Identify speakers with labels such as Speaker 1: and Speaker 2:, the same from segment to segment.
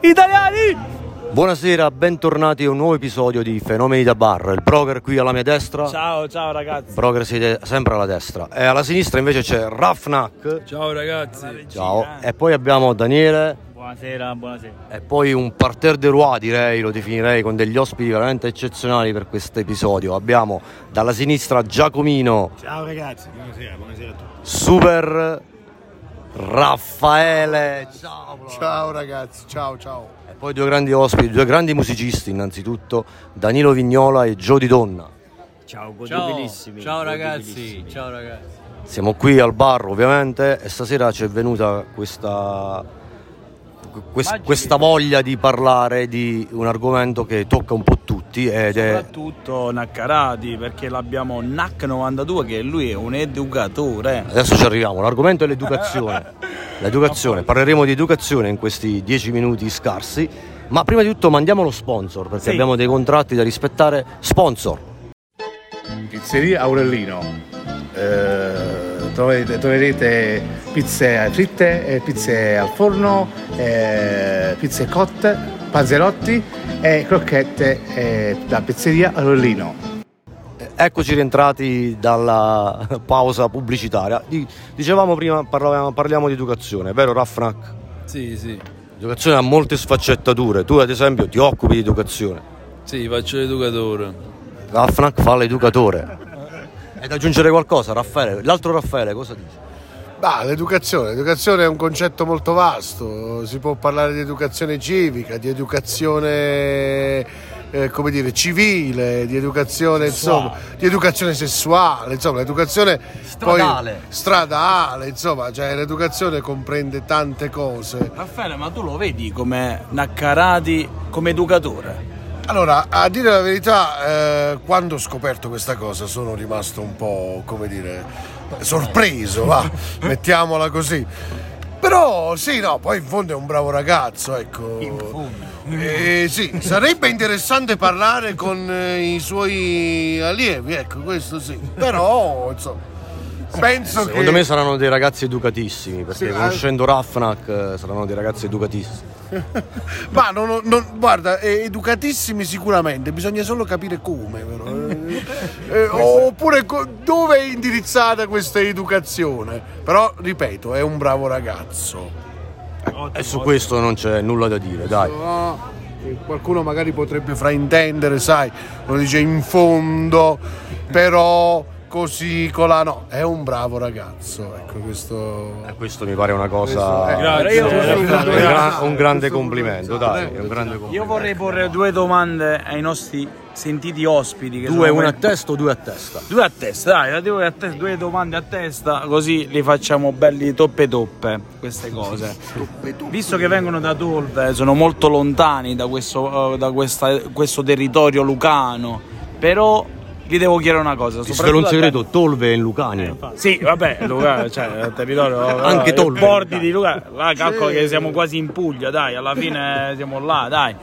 Speaker 1: italiani!
Speaker 2: Buonasera, bentornati a un nuovo episodio di Fenomeni da Bar. Il broker qui alla mia destra.
Speaker 1: Ciao, ciao ragazzi.
Speaker 2: Broker siete sempre alla destra. E alla sinistra invece c'è Rafnak.
Speaker 3: Ciao ragazzi.
Speaker 2: Ciao.
Speaker 1: eh.
Speaker 2: eh. E poi abbiamo Daniele.
Speaker 4: Buonasera, buonasera.
Speaker 2: E poi un parterre de roi, direi, lo definirei, con degli ospiti veramente eccezionali per questo episodio. Abbiamo dalla sinistra Giacomino,
Speaker 5: Ciao ragazzi, buonasera, buonasera a tutti.
Speaker 2: Super Raffaele. Ciao. Flavio.
Speaker 5: Ciao ragazzi, ciao ciao.
Speaker 2: E poi due grandi ospiti, due grandi musicisti innanzitutto, Danilo Vignola e Gio Di Donna.
Speaker 4: Ciao,
Speaker 3: Ciao.
Speaker 4: godibilissimi.
Speaker 3: Ciao ragazzi.
Speaker 4: godibilissimi.
Speaker 3: Ciao ragazzi.
Speaker 2: Siamo qui al bar ovviamente e stasera ci è venuta questa, quest- questa voglia di parlare di un argomento che tocca un po' tutti ed è...
Speaker 1: Soprattutto Naccarati, perché l'abbiamo NAC92 che lui è un educatore.
Speaker 2: Adesso ci arriviamo, l'argomento è l'educazione. L'educazione, parleremo di educazione in questi dieci minuti scarsi, ma prima di tutto mandiamo lo sponsor perché
Speaker 1: Sì.
Speaker 2: abbiamo dei contratti da rispettare. Sponsor,
Speaker 5: Pizzeria Aurellino. Eh, troverete, troverete pizze fritte, eh, pizze al forno, eh, pizze cotte, panzerotti e crocchette eh, da Pizzeria Aurellino.
Speaker 2: Eccoci rientrati dalla pausa pubblicitaria. Di- dicevamo prima, parlavamo- parliamo di educazione, vero Raffnac?
Speaker 3: Sì, sì.
Speaker 2: L'educazione ha molte sfaccettature, tu ad esempio ti occupi di educazione,
Speaker 3: Sì, faccio l'educatore.
Speaker 2: Raffnac fa l'educatore. È da aggiungere qualcosa, Raffaele? L'altro Raffaele cosa dice?
Speaker 6: Bah, l'educazione. L'educazione è un concetto molto vasto, si può parlare di educazione civica, di educazione eh, come dire, civile, di educazione, insomma, di educazione sessuale, insomma, l'educazione poi-
Speaker 2: Stradale.
Speaker 6: stradale, insomma, cioè l'educazione comprende tante cose.
Speaker 1: Raffaele, ma tu lo vedi come Naccarati come educatore?
Speaker 6: Allora, a dire la verità, eh, quando ho scoperto questa cosa sono rimasto un po', come dire, sorpreso, va, mettiamola così. Però sì, no, poi in fondo è un bravo ragazzo, ecco. Eh, sì, sarebbe interessante parlare con eh, i suoi allievi, ecco, questo sì. Però, insomma, penso che...
Speaker 2: Secondo me saranno dei ragazzi educatissimi, perché
Speaker 6: Sì,
Speaker 2: conoscendo Raffnac eh, saranno dei ragazzi educatissimi.
Speaker 6: Ma non ho- non- guarda, eh, educatissimi sicuramente, bisogna solo capire come, però. Eh, eh, oppure co- dove è indirizzata questa educazione. Però, ripeto, è un bravo ragazzo.
Speaker 2: E su questo non c'è nulla da dire, dai.
Speaker 6: No, eh, qualcuno magari potrebbe fraintendere, sai, lo dice in fondo, però così, colà, no, è un bravo ragazzo. Ecco, questo...
Speaker 2: E questo mi pare una cosa...
Speaker 3: Grazie.
Speaker 1: Io-
Speaker 2: Un gran-
Speaker 6: Grazie.
Speaker 2: un grande
Speaker 6: Questo
Speaker 2: complimento,
Speaker 6: punto di
Speaker 2: dai,
Speaker 6: vista,
Speaker 2: è un grande
Speaker 1: Io
Speaker 2: complimento.
Speaker 1: vorrei porre due domande ai nostri sentiti ospiti. Che
Speaker 2: Due,
Speaker 1: sono
Speaker 2: una a
Speaker 1: que-
Speaker 2: testa o due a testa?
Speaker 1: Due a testa, dai, due, a te- due domande a testa, così li facciamo belli toppe toppe queste cose. Visto che vengono da Tolve, sono molto lontani da, questo, eh, da questa- questo territorio lucano, però vi devo chiedere una cosa.
Speaker 2: Ti svelo
Speaker 1: soprattutto
Speaker 2: un
Speaker 1: a te-
Speaker 2: segreto, Tolve è in Lucania.
Speaker 1: Sì, vabbè, Luca, cioè, il territorio
Speaker 2: Anche
Speaker 1: i
Speaker 2: Tolve.
Speaker 1: bordi di Luca, là calcolo che siamo quasi in Puglia, dai, alla fine siamo là, dai.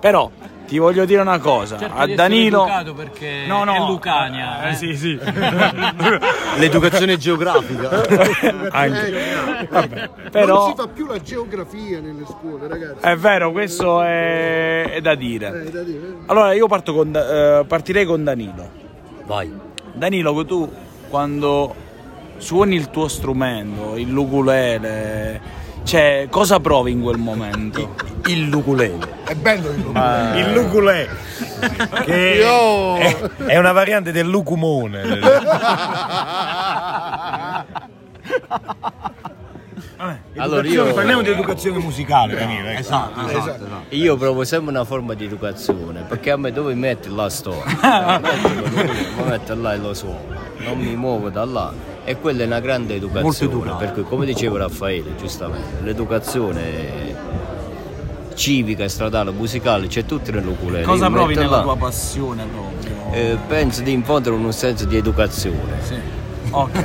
Speaker 1: Però ti voglio dire una cosa, a Danilo
Speaker 3: perché
Speaker 1: No, no.
Speaker 3: è Lucania.
Speaker 1: Eh, sì, sì.
Speaker 2: L'educazione geografica.
Speaker 6: Eh,
Speaker 1: Anche. Vabbè, Però
Speaker 6: fa più la geografia nelle scuole, ragazzi. Eh,
Speaker 1: è vero, questo è, è da dire.
Speaker 6: da dire.
Speaker 1: Allora io parto con, Da- eh, partirei con Danilo.
Speaker 2: Vai.
Speaker 1: Danilo, che tu quando suoni il tuo strumento, il luculele, cioè cosa provi in quel momento?
Speaker 2: Il luculele.
Speaker 6: È bello
Speaker 1: Ah.
Speaker 6: il
Speaker 7: Il luculè, che
Speaker 6: Io-
Speaker 7: è, è una variante del lucumone.
Speaker 4: Allora io,
Speaker 7: Parliamo di educazione musicale, Danilo. ecco.
Speaker 2: Esatto, esatto. esatto.
Speaker 4: io provo sempre una forma di educazione, perché a me dove metti là sto. Eh, mettilo dove- Mi metto là e lo suono, non mi muovo da là. E quella è una grande educazione,
Speaker 2: educato.
Speaker 4: perché come diceva Raffaele, giustamente, l'educazione civica, stradale, musicale, c'è tutto nell'oculare.
Speaker 1: Cosa
Speaker 4: Mi
Speaker 1: provi
Speaker 4: metto
Speaker 1: nella
Speaker 4: là,
Speaker 1: tua passione proprio?
Speaker 4: eh, penso di infondere un senso di educazione.
Speaker 1: Sì. Ok.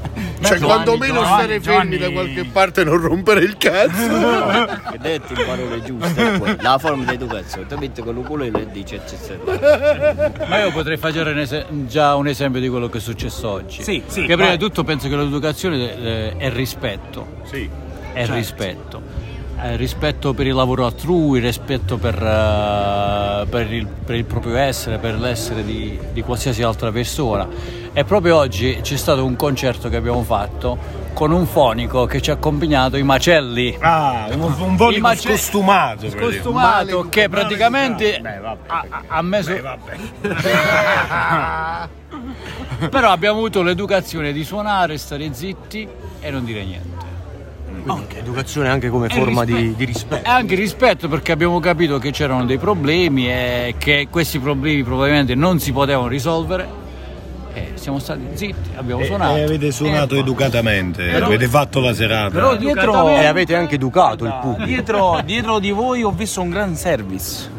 Speaker 6: Cioè,
Speaker 4: Giovanni,
Speaker 6: quantomeno
Speaker 4: Giovanni,
Speaker 6: stare fermi
Speaker 4: Giovanni.
Speaker 6: da qualche parte e non rompere il cazzo.
Speaker 4: Che detto in parole giuste, è quella, la forma di educazione. Tu metti con l'oculare e dici eccetera.
Speaker 8: Ma io potrei fare un es- già un esempio di quello che è successo oggi.
Speaker 1: Sì, sì,
Speaker 8: Che prima
Speaker 1: vai.
Speaker 7: Certo.
Speaker 8: di tutto penso che l'educazione eh, è rispetto. Sì. È rispetto. eh, rispetto per il lavoro altrui, rispetto per, eh, per il, per il proprio essere, per l'essere di, di qualsiasi altra persona. E proprio oggi c'è stato un concerto che abbiamo fatto con un fonico che ci ha accompagnato i macelli.
Speaker 7: Ah, un, un volico
Speaker 8: I macelli-
Speaker 7: scostumato. per dire.
Speaker 8: Scostumato che praticamente Ah,
Speaker 7: Beh, vabbè,
Speaker 8: ha, ha- ha messo
Speaker 7: Beh, vabbè.
Speaker 8: ah. Però abbiamo avuto l'educazione di suonare, stare zitti e non dire niente.
Speaker 2: Anche educazione anche come
Speaker 8: E
Speaker 2: forma di,
Speaker 8: rispetto.
Speaker 2: di rispetto.
Speaker 8: E anche rispetto perché abbiamo capito che c'erano dei problemi e che questi problemi probabilmente non si potevano risolvere. E siamo stati zitti, abbiamo
Speaker 7: E,
Speaker 8: suonato.
Speaker 7: e avete suonato
Speaker 8: Eh,
Speaker 7: educatamente,
Speaker 8: Però-
Speaker 7: avete fatto la serata.
Speaker 8: Però dietro,
Speaker 2: E avete anche educato il pubblico.
Speaker 1: Dietro, dietro di voi ho visto un gran service.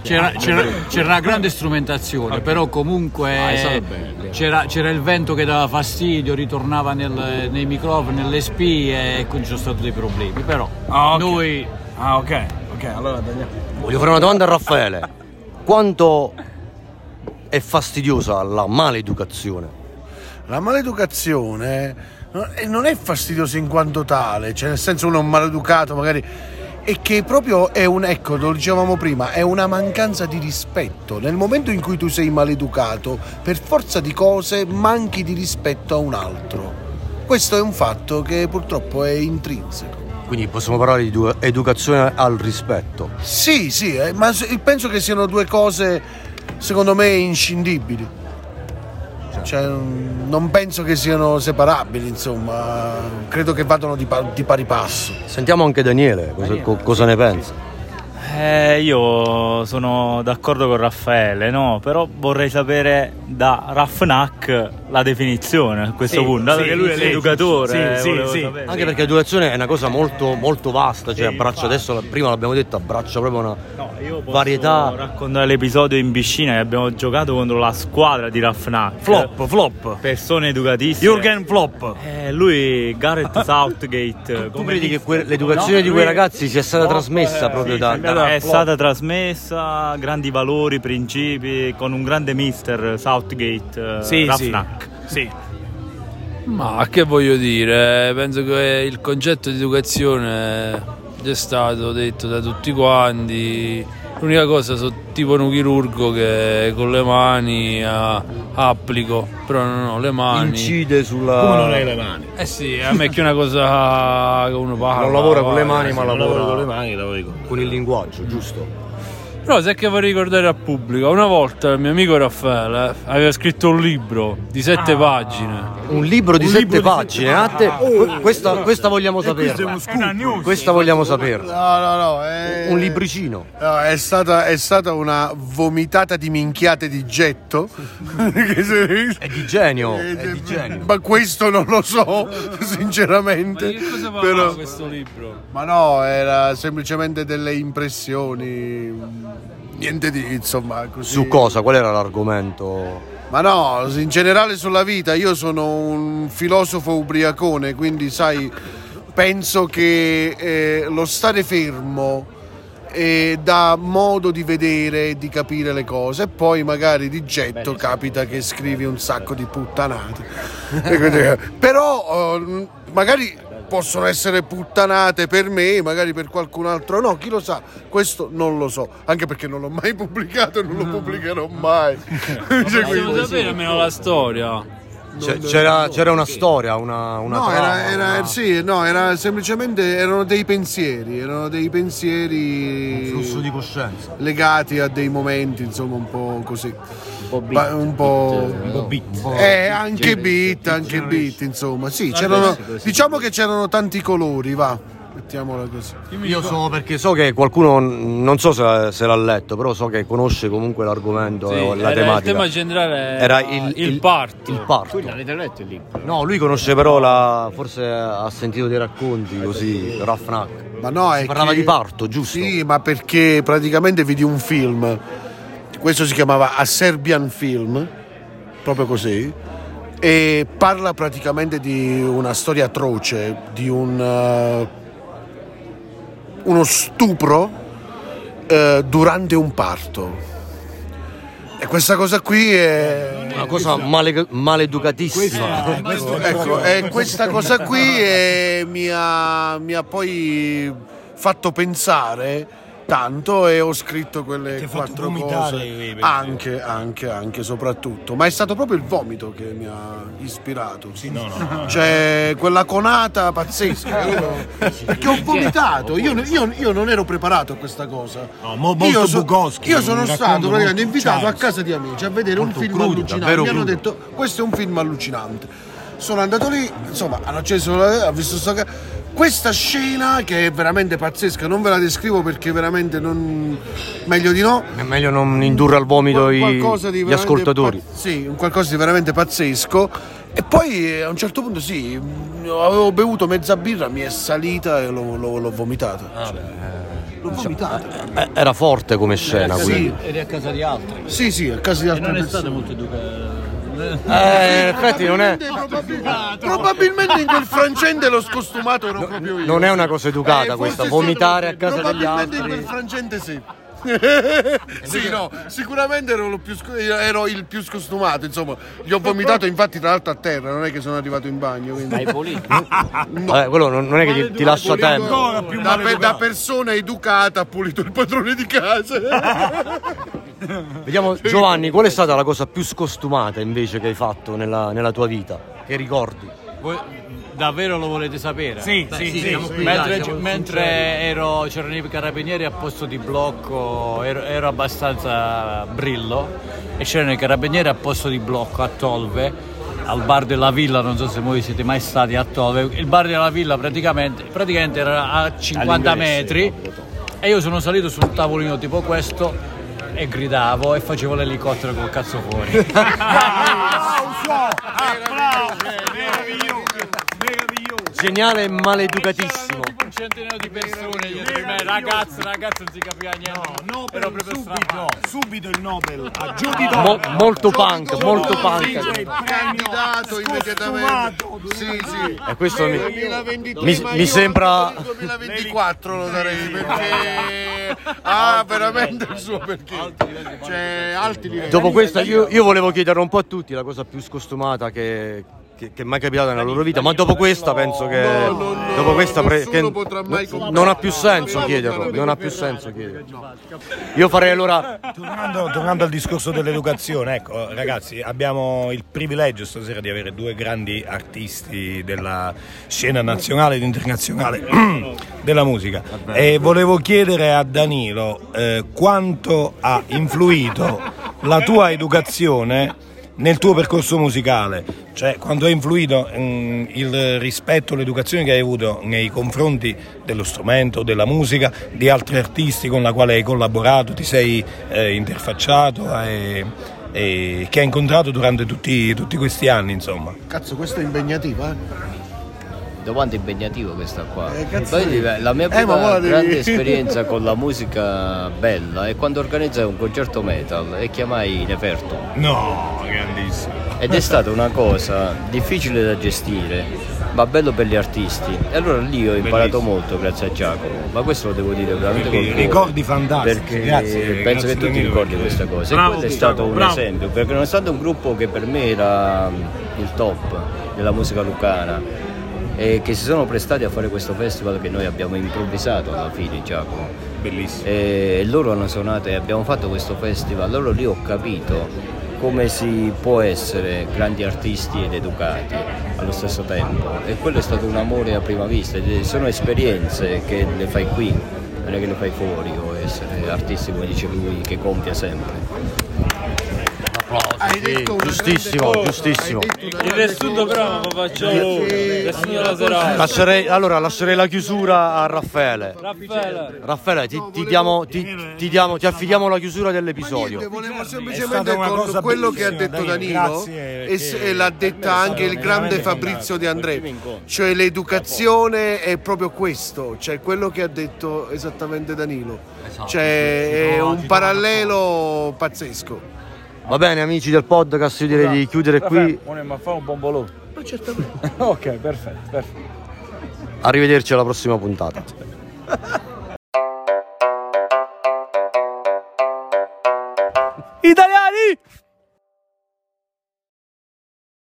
Speaker 8: c'era,
Speaker 1: Ah,
Speaker 8: c'era- c'era una grande strumentazione, però
Speaker 1: Ah,
Speaker 8: comunque
Speaker 1: eh.
Speaker 8: c'era, c'era il vento che dava fastidio, ritornava nel- nei microfoni, nelle spie e quindi ci sono stati dei problemi. Però
Speaker 1: Ah, ok.
Speaker 8: noi
Speaker 1: Ah, ok, ok, allora tagliamo.
Speaker 2: Voglio fare una domanda a Raffaele. Quanto è fastidiosa la maleducazione?
Speaker 6: La maleducazione no- e non è fastidiosa in quanto tale, cioè nel senso uno è un maleducato magari è che proprio è un ecco, lo dicevamo prima, è una mancanza di rispetto. Nel momento in cui tu sei maleducato, per forza di cose manchi di rispetto a un altro. Questo è un fatto che purtroppo è intrinseco.
Speaker 2: Quindi possiamo parlare di edu- educazione al rispetto.
Speaker 6: Sì, sì, eh, ma s- penso che siano due cose, secondo me, inscindibili. Cioè, mm, non penso che siano separabili, insomma, credo che vadano di, pa- di pari passo.
Speaker 2: Sentiamo anche Daniele cosa, co- cosa ne pensa.
Speaker 9: Eh, io sono d'accordo con Raffaele, no? Però vorrei sapere da Raffnac la definizione a questo
Speaker 1: Sì,
Speaker 9: punto, dato
Speaker 1: sì,
Speaker 9: che lui è
Speaker 1: sì,
Speaker 9: l'educatore. eh,
Speaker 1: sì, sì,
Speaker 9: volevo
Speaker 1: sì.
Speaker 9: sapere.
Speaker 2: Anche perché l'educazione è una cosa molto, molto vasta, cioè abbraccia adesso, la- prima l'abbiamo detto, abbraccia proprio una...
Speaker 9: No, io posso
Speaker 2: Varietà.
Speaker 9: raccontare l'episodio in piscina che abbiamo giocato contro la squadra di Raffnac.
Speaker 1: Flop, flop.
Speaker 9: Persone educatissime.
Speaker 1: Jürgen Flop.
Speaker 9: Eh, lui, Gareth
Speaker 1: eh,
Speaker 9: Southgate.
Speaker 2: Tu
Speaker 9: come
Speaker 2: credi che
Speaker 9: disse-
Speaker 2: que- l'educazione di quei ragazzi sia stata trasmessa proprio da... da-
Speaker 9: è stata trasmessa, grandi valori, principi, con un grande mister Southgate, eh,
Speaker 1: Sì, sì.
Speaker 9: Raffnac.
Speaker 1: Sì.
Speaker 3: Ma che voglio dire? eh, Penso che il concetto di educazione eh, è stato detto da tutti quanti. L'unica cosa sono tipo un chirurgo che con le mani ah, applico, però non ho le mani.
Speaker 2: incide sulla...
Speaker 7: Come non hai le mani?
Speaker 3: eh sì, a me è che è una cosa che uno parla.
Speaker 2: Non lavora con le
Speaker 3: vai,
Speaker 2: mani,
Speaker 3: sì.
Speaker 2: ma
Speaker 7: Non lavori con le
Speaker 2: lavora
Speaker 7: mani, lavori con...
Speaker 2: con il linguaggio, giusto?
Speaker 3: Però sai che vorrei ricordare al pubblico, una volta il mio amico Raffaele aveva scritto un libro di
Speaker 2: Ah.
Speaker 3: sette pagine.
Speaker 2: Un libro di sette pagine, eh, Atte, questa, questa vogliamo saperla. Questa vogliamo saperla.
Speaker 6: No, no, no. È...
Speaker 2: Eh, Un libricino.
Speaker 6: No, è, stata, è stata una vomitata di minchiate di getto. Che se-
Speaker 2: È di genio.
Speaker 6: eh,
Speaker 2: È di genio.
Speaker 6: Ma questo non lo so, sinceramente. però-
Speaker 3: questo libro?
Speaker 6: Ma no, era semplicemente delle impressioni. Niente di insomma così.
Speaker 2: Su cosa? Qual era l'argomento?
Speaker 6: Ma no, in generale sulla vita. Io sono un filosofo ubriacone, quindi sai, penso che eh, lo stare fermo eh, dà modo di vedere e di capire le cose. E poi magari di getto capita che scrivi un sacco di puttanate. E quindi- eh, Però eh, magari possono essere puttanate per me, magari per qualcun altro no, chi lo sa, questo non lo so, anche perché non l'ho mai pubblicato e non lo pubblicherò mai. Cioè,
Speaker 3: Possiamo
Speaker 6: quindi-
Speaker 3: sapere almeno la storia.
Speaker 2: C'è- c'era, c'era una storia, una, una
Speaker 6: No,
Speaker 2: trama,
Speaker 6: era, era-
Speaker 2: una-
Speaker 6: sì, no, era semplicemente erano dei pensieri, erano dei
Speaker 2: un flusso di
Speaker 6: pensieri
Speaker 2: coscienza.
Speaker 6: legati a dei momenti, insomma, un po' così.
Speaker 4: Un po' beat,
Speaker 6: Ma un po'-
Speaker 4: beat,
Speaker 6: un
Speaker 4: no?
Speaker 7: Bobbitti.
Speaker 6: Eh, anche beat, anche beat, insomma. Sì, c'erano, diciamo che c'erano tanti colori, va. Mettiamola così.
Speaker 2: Io so perché so che qualcuno, non so se, se l'ha letto, però so che conosce comunque l'argomento
Speaker 3: Sì,
Speaker 2: o la
Speaker 3: era
Speaker 2: tematica.
Speaker 3: Il tema generale
Speaker 2: Era il,
Speaker 3: parto.
Speaker 2: Il parto.
Speaker 4: Quindi avete letto il libro?
Speaker 2: No, lui conosce però la. forse ha sentito dei racconti così, Raffnac.
Speaker 6: Ma no,
Speaker 2: Si
Speaker 6: è
Speaker 2: parlava
Speaker 6: che-
Speaker 2: di parto, giusto?
Speaker 6: Sì, ma perché praticamente vidi un film, questo si chiamava A Serbian Film, proprio così, e parla praticamente di una storia atroce, di un, eh, uno stupro eh, durante un parto. E questa cosa qui è...
Speaker 2: Una cosa male- maleducatissima.
Speaker 6: Ecco, e questa cosa qui eh, mi, ha, mi ha poi fatto pensare tanto e ho scritto quelle
Speaker 10: Ti ha fatto
Speaker 6: quattro
Speaker 10: vomitare,
Speaker 6: cose.
Speaker 10: eh,
Speaker 6: Anche, anche, anche, soprattutto. Ma è stato proprio il vomito che mi ha ispirato. Sì,
Speaker 7: No, no, no.
Speaker 6: Cioè, quella conata pazzesca. Io- perché ho vomitato. Io, io- io non ero preparato a questa cosa.
Speaker 7: Certo. No, mo- molto
Speaker 6: io, so-
Speaker 7: Bukowski,
Speaker 6: io
Speaker 7: un
Speaker 6: sono
Speaker 7: racconto
Speaker 6: stato praticamente
Speaker 7: molto
Speaker 6: invitato a
Speaker 7: Charles.
Speaker 6: casa di amici a vedere un
Speaker 2: Molto
Speaker 6: film
Speaker 2: crudo,
Speaker 6: allucinante.
Speaker 2: davvero
Speaker 6: Mi hanno
Speaker 2: crudo.
Speaker 6: detto, questo è un film allucinante. Sono andato lì, insomma, hanno acceso la. ho visto sta ca- Questa scena che è veramente pazzesca, non ve la descrivo perché veramente non. meglio di no.
Speaker 2: È meglio non indurre al vomito
Speaker 6: Qual-
Speaker 2: i-
Speaker 6: qualcosa di
Speaker 2: gli
Speaker 6: veramente
Speaker 2: ascoltatori.
Speaker 6: pazz- sì, un qualcosa di veramente pazzesco. E poi eh, a un certo punto sì, mh, avevo bevuto mezza birra, mi è salita e l'ho, l'ho- l'ho vomitata.
Speaker 8: Ah, eh,
Speaker 6: Cioè, l'ho
Speaker 8: diciamo,
Speaker 6: vomitata.
Speaker 2: Eh, Era forte come scena,
Speaker 6: sì.
Speaker 2: quindi.
Speaker 8: Eri a casa di altri.
Speaker 6: Sì, sì, a casa di
Speaker 8: eh. E
Speaker 6: altre
Speaker 8: non è
Speaker 6: persone.
Speaker 8: stato molto educato.
Speaker 2: Eh, in effetti non è,
Speaker 6: Probabilmente, probabilmente in quel frangente l'ho scostumato ero proprio io.
Speaker 2: non è una cosa
Speaker 6: Eh,
Speaker 2: educata
Speaker 6: forse
Speaker 2: questa,
Speaker 6: sì,
Speaker 2: vomitare a casa degli
Speaker 6: probabilmente in
Speaker 2: altri.
Speaker 6: quel frangente sì. sì, no, sicuramente ero, lo più sc- ero il più scostumato, insomma, gli ho vomitato infatti tra l'altro a terra, non è che sono arrivato in bagno, quindi
Speaker 2: Eh, quello non, non è che ti, ti lascia tempo.
Speaker 7: Ancora più
Speaker 6: da,
Speaker 7: maleducato.
Speaker 6: da persona educata ha pulito il padrone di casa.
Speaker 2: Vediamo, Giovanni, qual è stata la cosa più scostumata invece che hai fatto nella, nella tua vita? Che ricordi?
Speaker 8: Voi davvero lo volete sapere?
Speaker 1: Sì, sì, sì, siamo qui,
Speaker 8: mentre, mentre ero, c'erano i carabinieri a posto di blocco, ero, ero abbastanza brillo e c'erano i carabinieri a posto di blocco a Tolve, al bar della Villa, non so se voi siete mai stati a Tolve, il bar della Villa praticamente, praticamente era a 50 metri e io sono salito su un tavolino tipo questo e gridavo e facevo l'elicottero col cazzo fuori.
Speaker 2: Geniale e maleducatissimo.
Speaker 8: C'erano tipo un centinaio di persone dietro di me, ragazzi, ragazzi, non si capiva niente.
Speaker 7: No,
Speaker 8: Ero
Speaker 7: Nobel
Speaker 8: proprio
Speaker 7: subito,
Speaker 8: strappato.
Speaker 7: subito il Nobel a Judy
Speaker 2: Mo-
Speaker 7: Dodd.
Speaker 2: molto punk, molto
Speaker 7: Vince il
Speaker 2: punk.
Speaker 7: premio
Speaker 6: Candidato immediatamente.
Speaker 7: scostumato.
Speaker 6: Sì, sì.
Speaker 2: E Eh, questo mi-
Speaker 6: 2023,
Speaker 2: Mi-
Speaker 6: ma
Speaker 2: mi
Speaker 6: io
Speaker 2: sembra-
Speaker 6: nel 2024 lo darei perché ha veramente il suo perché. Cioè, alti livelli.
Speaker 2: Dopo questa io, io volevo chiedere un po' a tutti la cosa più scostumata che, che, che è mai capitata nella loro vita, ma dopo questa penso che
Speaker 6: No, no, no,
Speaker 2: dopo questa pre-
Speaker 6: nessuno
Speaker 2: che
Speaker 6: potrà mai
Speaker 2: non- non
Speaker 6: comprare.
Speaker 2: ha più senso
Speaker 6: No,
Speaker 2: chiederlo,
Speaker 6: no,
Speaker 2: non ha più senso chiederlo. Io farei allora
Speaker 10: Tornando, tornando al discorso dell'educazione, ecco ragazzi, abbiamo il privilegio stasera di avere due grandi artisti della scena nazionale ed internazionale della musica e volevo chiedere a Danilo eh, quanto ha influito la tua educazione nel tuo percorso musicale, cioè quanto ha influito mm, il rispetto, l'educazione che hai avuto nei confronti dello strumento, della musica, di altri artisti con la quale hai collaborato, ti sei eh, interfacciato e, e che hai incontrato durante tutti, tutti questi ananni, insomma.
Speaker 6: Cazzo, questa è impegnativa, eh?
Speaker 4: Domanda impegnativa questa qua.
Speaker 6: Eh, cazzo
Speaker 4: Poi
Speaker 6: dici?
Speaker 4: la- la mia
Speaker 6: Eh, ma
Speaker 4: prima
Speaker 6: ora devi-
Speaker 4: grande esperienza con la musica bella è quando organizzai un concerto metal e chiamai Neferto.
Speaker 7: No, grandissimo.
Speaker 4: Ed è stata una cosa difficile da gestire, ma bello per gli artisti. E allora lì ho imparato
Speaker 7: Bellissimo.
Speaker 4: molto grazie a Giacomo, ma questo lo devo dire veramente col cuore.
Speaker 7: Ricordi fantastici,
Speaker 4: Perché
Speaker 7: grazie,
Speaker 4: penso
Speaker 7: grazie
Speaker 4: che tu ti
Speaker 7: Danilo,
Speaker 4: ricordi
Speaker 7: perché-
Speaker 4: questa cosa.
Speaker 1: Bravo,
Speaker 4: e quello è
Speaker 1: Giacomo,
Speaker 4: stato un
Speaker 1: bravo.
Speaker 4: esempio, perché nonostante un gruppo che per me era mm, il top della musica lucana e che si sono prestati a fare questo festival che noi abbiamo improvvisato alla fine, Giacomo
Speaker 7: Bellissimo.
Speaker 4: e loro hanno suonato e abbiamo fatto questo festival, allora lì ho capito come si può essere grandi artisti ed educati allo stesso tempo e quello è stato un amore a prima vista, ed è- sono esperienze che le fai qui, non è che le fai fuori o essere artisti come dice lui che compia sempre.
Speaker 6: Hai detto una
Speaker 2: giustissimo,
Speaker 6: grande cosa,
Speaker 2: giustissimo.
Speaker 6: hai detto una
Speaker 3: Il
Speaker 6: grande
Speaker 3: riassunto
Speaker 6: cosa.
Speaker 3: bravo faccio
Speaker 6: Eh,
Speaker 3: io.
Speaker 6: sì.
Speaker 3: Il riassunto della serata.
Speaker 2: lascerei, allora, lascerei la chiusura a Raffaele.
Speaker 3: Raffaele.
Speaker 2: Raffaele, ti, ti diamo, ti, ti diamo- ti affidiamo la chiusura dell'episodio.
Speaker 6: Niente, volevo
Speaker 10: È
Speaker 6: semplicemente
Speaker 10: stata una
Speaker 6: con
Speaker 10: cosa
Speaker 6: quello che ha
Speaker 10: bellissima,
Speaker 6: detto
Speaker 10: Danilo,
Speaker 6: Danilo
Speaker 10: grazie,
Speaker 6: e, s-
Speaker 10: che-
Speaker 6: e l'ha detta anche il grande
Speaker 10: veramente
Speaker 6: Fabrizio De André, cioè l'educazione è proprio questo, cioè quello che ha detto esattamente Danilo,
Speaker 10: Esatto,
Speaker 6: cioè è un parallelo pazzesco.
Speaker 2: Va bene amici del podcast, io direi di chiudere qui.
Speaker 1: Buono, ma fa un bombolò. Ma certamente. ok, perfetto, perfetto.
Speaker 2: Arrivederci alla prossima puntata.